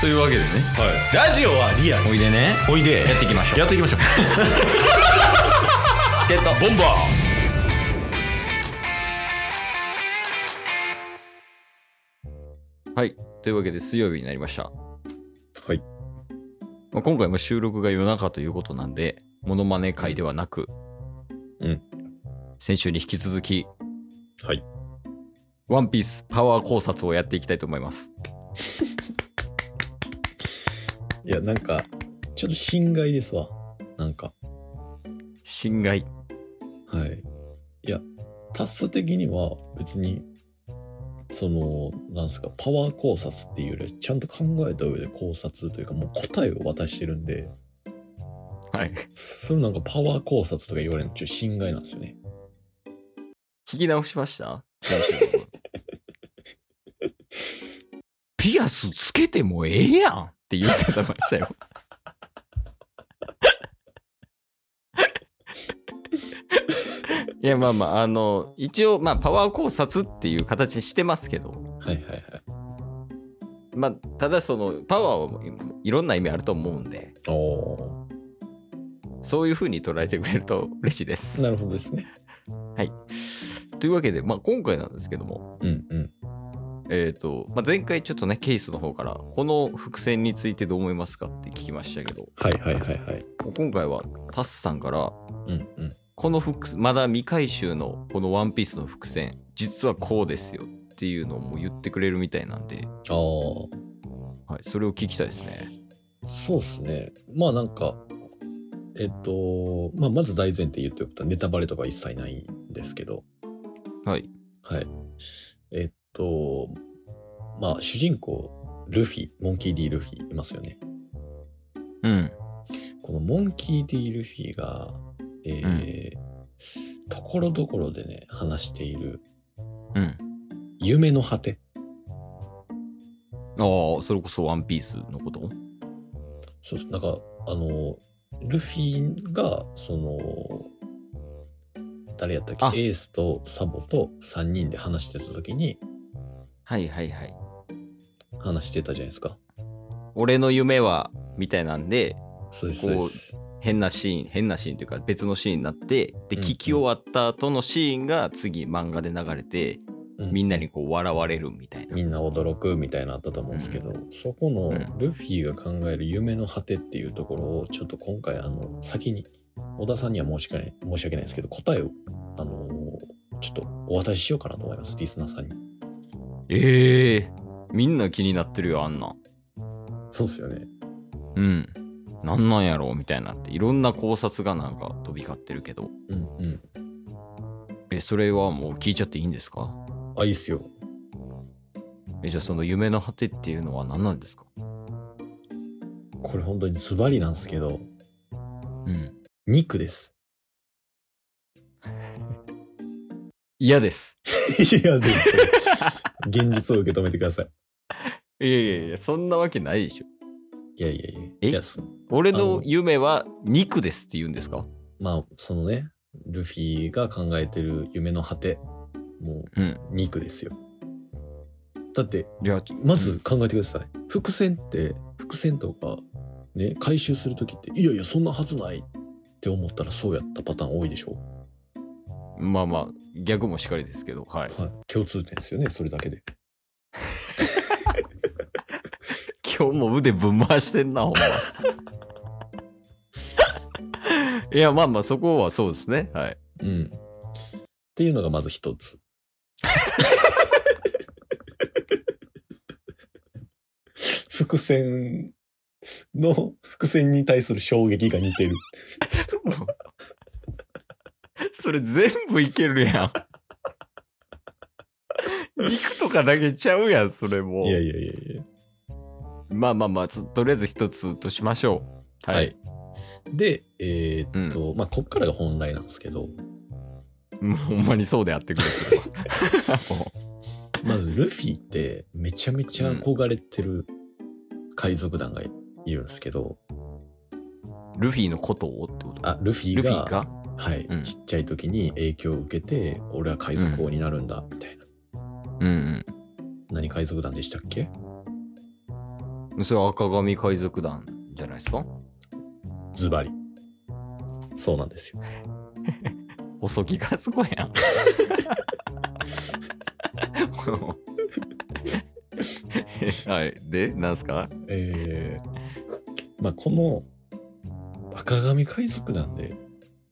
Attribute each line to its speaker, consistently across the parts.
Speaker 1: というわけでね
Speaker 2: ラジオはリアル
Speaker 1: おいでね
Speaker 2: おいで
Speaker 1: やっていきましょう
Speaker 2: やっていきましょう
Speaker 1: チケットボンバーはいというわけで水曜日になりました、
Speaker 2: はい
Speaker 1: まあ、今回も収録が夜中ということなんでモノマネ会ではなく
Speaker 2: うん
Speaker 1: 先週に引き続き
Speaker 2: はい
Speaker 1: ワンピースパワー考察をやっていきたいと思います
Speaker 2: いやなんかちょっと心外ですわなんか
Speaker 1: 侵害
Speaker 2: はいいやタス的には別にそのなんすかパワー考察っていうよりはちゃんと考えた上で考察というかもう答えを渡してるんで
Speaker 1: はい
Speaker 2: それなんかパワー考察とか言われるのちょっと心外なんですよね
Speaker 1: 聞き直しました先週のピアスつけてもええやんって言ってたましたよ。いやまあまああの一応まあパワー考察っていう形にしてますけど
Speaker 2: はいはいはい
Speaker 1: まあただそのパワーはいろんな意味あると思うんで
Speaker 2: お
Speaker 1: そういう風に捉えてくれると嬉しいです。
Speaker 2: ーなるほどですね
Speaker 1: はい、というわけで、まあ、今回なんですけども
Speaker 2: うんうん
Speaker 1: えーとまあ、前回ちょっとねケースの方からこの伏線についてどう思いますかって聞きましたけど
Speaker 2: はいはいはいはい
Speaker 1: 今回はタスさんから
Speaker 2: うんうん
Speaker 1: この伏まだ未回収のこの「ワンピースの伏線実はこうですよっていうのをもう言ってくれるみたいなんで、
Speaker 2: ああ
Speaker 1: はい、それを聞きたいですね
Speaker 2: そうっすね。まあなんか、えっと、まあまず大前提言っておくとネタバレとか一切ないんですけど、
Speaker 1: はい
Speaker 2: はい。えっと、まあ主人公、ルフィ、モンキー・ D ・ルフィいますよね。
Speaker 1: うん
Speaker 2: このモンキー・ D ・ルフィが、えーところどころでね、話している
Speaker 1: うん
Speaker 2: 夢の果て。
Speaker 1: ああそれこそ「ワンピースのこと
Speaker 2: そうそうなんかあのルフィがその誰やった
Speaker 1: あ
Speaker 2: っけエースとサボと3人で話してた時に
Speaker 1: はいはいはい
Speaker 2: 話してたじゃないですか
Speaker 1: 俺の夢はみたいなんで
Speaker 2: そうで
Speaker 1: こ
Speaker 2: すそううです
Speaker 1: 変なシーン変なシーンというか別のシーンになってで
Speaker 2: うん
Speaker 1: 聞き終わった後のシーンが次漫画で流れて、
Speaker 2: うん
Speaker 1: みんなにこう笑われるみたいな
Speaker 2: みんな驚くみたいなのあったと思うんですけど、そこ
Speaker 1: う
Speaker 2: の
Speaker 1: ん
Speaker 2: ルフィが考える夢の果てっていうところをちょっと今回あの先に小田さんには申し訳ない申し訳ないですけど答えをあのちょっとお渡ししようかなと思いますリスナーさんに
Speaker 1: ええー、みんな気になってるよあんな
Speaker 2: そうですよね
Speaker 1: うんなんなんやろうみたいなっていろんな考察がなんか飛び交ってるけど
Speaker 2: うんうん
Speaker 1: えそれはもう聞いちゃっていいんですか
Speaker 2: あいいっすよ
Speaker 1: えじゃあその夢の果てっていうのは何なんですか
Speaker 2: これ本当にズバリなんですけど、
Speaker 1: うん
Speaker 2: 肉です。
Speaker 1: 嫌です
Speaker 2: いや、ですけど現実を受け止めてください。
Speaker 1: いやいやいやそんなわけないでしょ
Speaker 2: いやいやいや。
Speaker 1: え
Speaker 2: いや、そ
Speaker 1: 俺
Speaker 2: あ
Speaker 1: の
Speaker 2: の
Speaker 1: 夢は肉ですって言うんですか
Speaker 2: まあ、そのね、ルフィが考えてる夢の果て、もう
Speaker 1: うん
Speaker 2: 肉ですよ。だって、
Speaker 1: じゃあ
Speaker 2: まず考えてください。伏線って、伏線とか、ね、回収するときって、いやいや、そんなはずないって思ったらそうやったパターン多いでしょ
Speaker 1: まあまあ逆もしかりですけどはい
Speaker 2: はい。共通点ですよね、それだけで。
Speaker 1: 今日も腕ぶん回してんな、ほん ま。いや、まあまあ、そこはそうですね。はい。
Speaker 2: うん。っていうのがまず一つ。 伏線の伏線に対する衝撃が似てる。
Speaker 1: それ全部いけるやん。肉とかだけちゃうやん、それも
Speaker 2: いやいやいやいや。
Speaker 1: まあまあまあ、つとりあえず一つとしましょう。はい。
Speaker 2: で、えーっと、まあ、こっからが本題なんですけど、
Speaker 1: もうほんまにそうであってくれそれ は
Speaker 2: まずルフィってめちゃめちゃ憧れてる海賊団がいるんですけど、
Speaker 1: ルフィのことをってこと
Speaker 2: あ、ルフィ
Speaker 1: ルフ
Speaker 2: が、
Speaker 1: ィか
Speaker 2: はい、
Speaker 1: うん
Speaker 2: ちっちゃい時に影響を受けて、俺は海賊王になるんだ、みたいな。
Speaker 1: うんうん。
Speaker 2: 何海賊団でしたっけ
Speaker 1: それは赤髪海賊団じゃないですか
Speaker 2: ズバリ。そうなんですよ。
Speaker 1: 細木がすごいやん。 はい。で、なんすか
Speaker 2: えー、まあこの赤髪海賊団で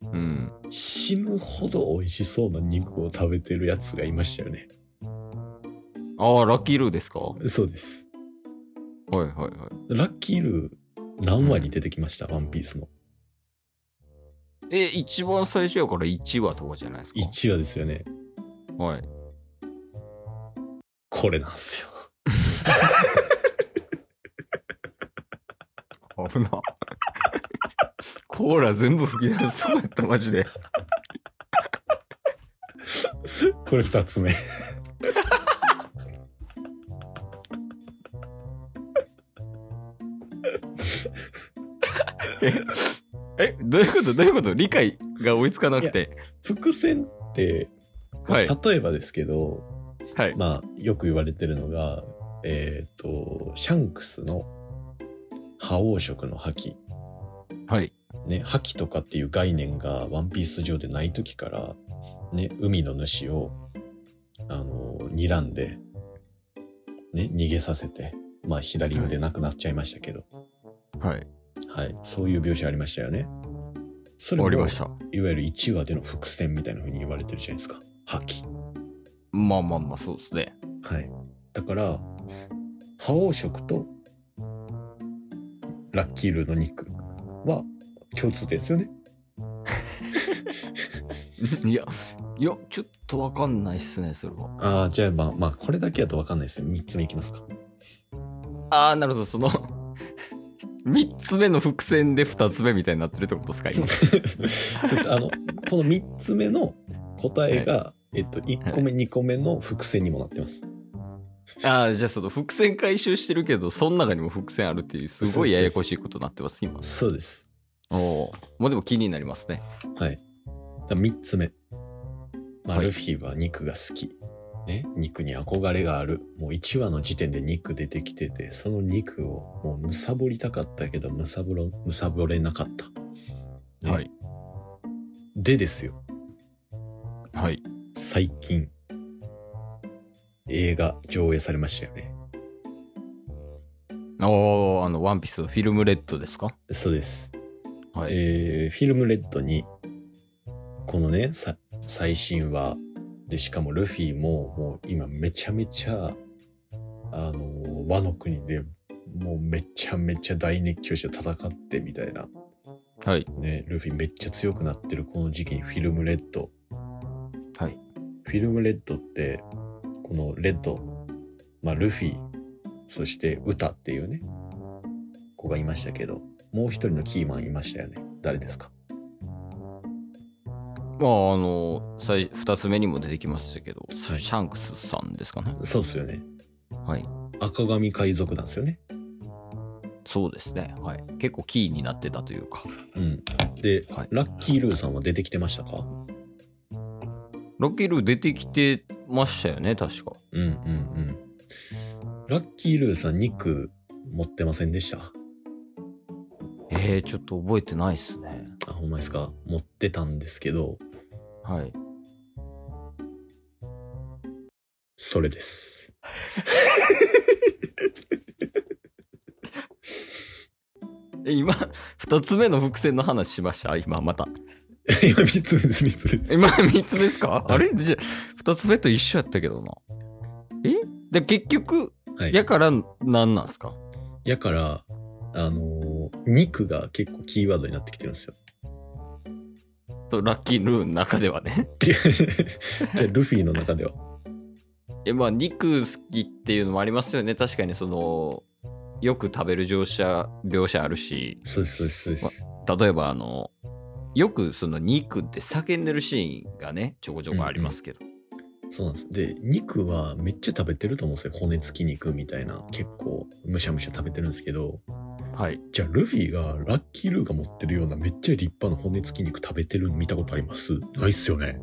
Speaker 1: うん。
Speaker 2: 死ぬほど美味しそうな肉を食べてるやつがいましたよね。
Speaker 1: ああ、ラッキールーですかは
Speaker 2: そうです。
Speaker 1: いはいはい。
Speaker 2: ラッキールー何話に出てきました、ワンピースの。
Speaker 1: え、一番最初やから1話とかじゃないですか
Speaker 2: 1話ですよね。
Speaker 1: はい。
Speaker 2: これなんですよ。
Speaker 1: 危な。 コーラ全部吹き出しそうやった、マジで。
Speaker 2: これ2つ目。
Speaker 1: え、どういうことどういうこと理解が追いつかなくて。
Speaker 2: 伏線って、
Speaker 1: はい。
Speaker 2: 例えばですけど、
Speaker 1: はい。
Speaker 2: まあよく言われてるのが、えっ、と、シャンクスの覇王色の覇気。
Speaker 1: はい。
Speaker 2: ね、覇気とかっていう概念がワンピース上でない時から、ね、海の主を、あの、睨んで、ね、逃げさせて、まあ、左腕なくなっちゃいましたけど、
Speaker 1: はい。
Speaker 2: はい、そういう描写ありましたよね。
Speaker 1: 終
Speaker 2: それも
Speaker 1: わりました。
Speaker 2: いわゆる1話での伏線みたいな風に言われてるじゃないですか。覇気。
Speaker 1: まあまあまあ、そうです ね。
Speaker 2: はい。だから、覇王色とラッキールーの肉は共通点ですよね。
Speaker 1: いや、いや、ちょっとわかんないっすね、それは。
Speaker 2: ああ、じゃあまあ、まあ、これだけだと分かんないですね。3つ目いき ますか。
Speaker 1: ああ、なるほど、その。3つ目の伏線で2つ目みたいになってるってことですか今
Speaker 2: そうですあの、この3つ目の答えが、えっと、1個目、2個目の伏線にもなってます。
Speaker 1: ああじゃあその伏線回収してるけどその中にも伏線あるっていうすごいややこしいことになってます今
Speaker 2: そうです。
Speaker 1: おおまあでも気になりますね
Speaker 2: はい。だ3つ目。まあ、
Speaker 1: はい
Speaker 2: ルフィは肉が好き。ね、肉に憧れがある。もう1話の時点で肉出てきてて、その肉をもうむさぼりたかったけど、むさぼろ、むさぼれなかった。ね
Speaker 1: はい
Speaker 2: でですよ。
Speaker 1: はい
Speaker 2: 最近、映画上映されましたよね。
Speaker 1: おおあの「ワンピースのフィルムレッドですか
Speaker 2: そうです。
Speaker 1: はい、
Speaker 2: えーフィルムレッドに、このね、さ最新話、で、しかもルフィも、もう今めちゃめちゃ、あのー、和の国で、もうめちゃめちゃ大熱狂して戦ってみたいな。
Speaker 1: はい
Speaker 2: ね、ルフィめっちゃ強くなってるこの時期にフィルムレッド。
Speaker 1: はい
Speaker 2: フィルムレッドって、このレッド、まあルフィ、そして歌っていうね、子がいましたけど、もう一人のキーマンいましたよね。誰ですか
Speaker 1: まああの最2つ目にも出てきましたけど、
Speaker 2: はい
Speaker 1: シャンクスさんですかね
Speaker 2: そうっすよね。
Speaker 1: はい
Speaker 2: 赤髪海賊なんですよね。
Speaker 1: そうですねはい結構キーになってたというか
Speaker 2: うん。で、
Speaker 1: はい
Speaker 2: ラッキールーさんは出てきてましたか
Speaker 1: ラッキールー出てきてましたよね確か
Speaker 2: うんうんうん。ラッキールーさん肉持ってませんでした
Speaker 1: えー、ちょっと覚えてないっすね
Speaker 2: あ、ほんまですか持ってたんですけど、
Speaker 1: はい
Speaker 2: それです。
Speaker 1: え今2つ目の伏線の話しました今また
Speaker 2: 今3つ目です、3つ目です。
Speaker 1: 今3つですか
Speaker 2: はい
Speaker 1: あれじゃ2つ目と一緒やったけどなえで結局
Speaker 2: はい。
Speaker 1: やから何なんすか
Speaker 2: やから、あのー肉が結構キーワードになってきてるんですよ。
Speaker 1: とラッキールーの中ではね
Speaker 2: じゃあ、ルフィの中では。
Speaker 1: えまあ肉好きっていうのもありますよね確かにそのよく食べる乗車描写あるし
Speaker 2: そうです、そうです、そうです。
Speaker 1: 例えばあのよくその肉って叫んでるシーンがねちょこちょこありますけど、
Speaker 2: そうなんです。で、肉はめっちゃ食べてると思うんですよ。骨付き肉みたいな。結構、むしゃむしゃ食べてるんですけど。
Speaker 1: はい
Speaker 2: じゃあ、ルフィがラッキールーが持ってるようなめっちゃ立派な骨付き肉食べてるの見たことありますないっすよね。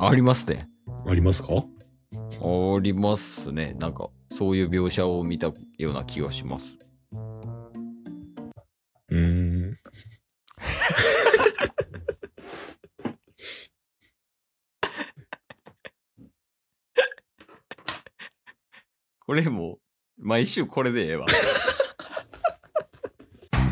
Speaker 1: ありますね
Speaker 2: ありますか
Speaker 1: ありますねなんかそういう描写を見たような気がします。
Speaker 2: うーん。
Speaker 1: これもう毎週これでええわ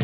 Speaker 3: す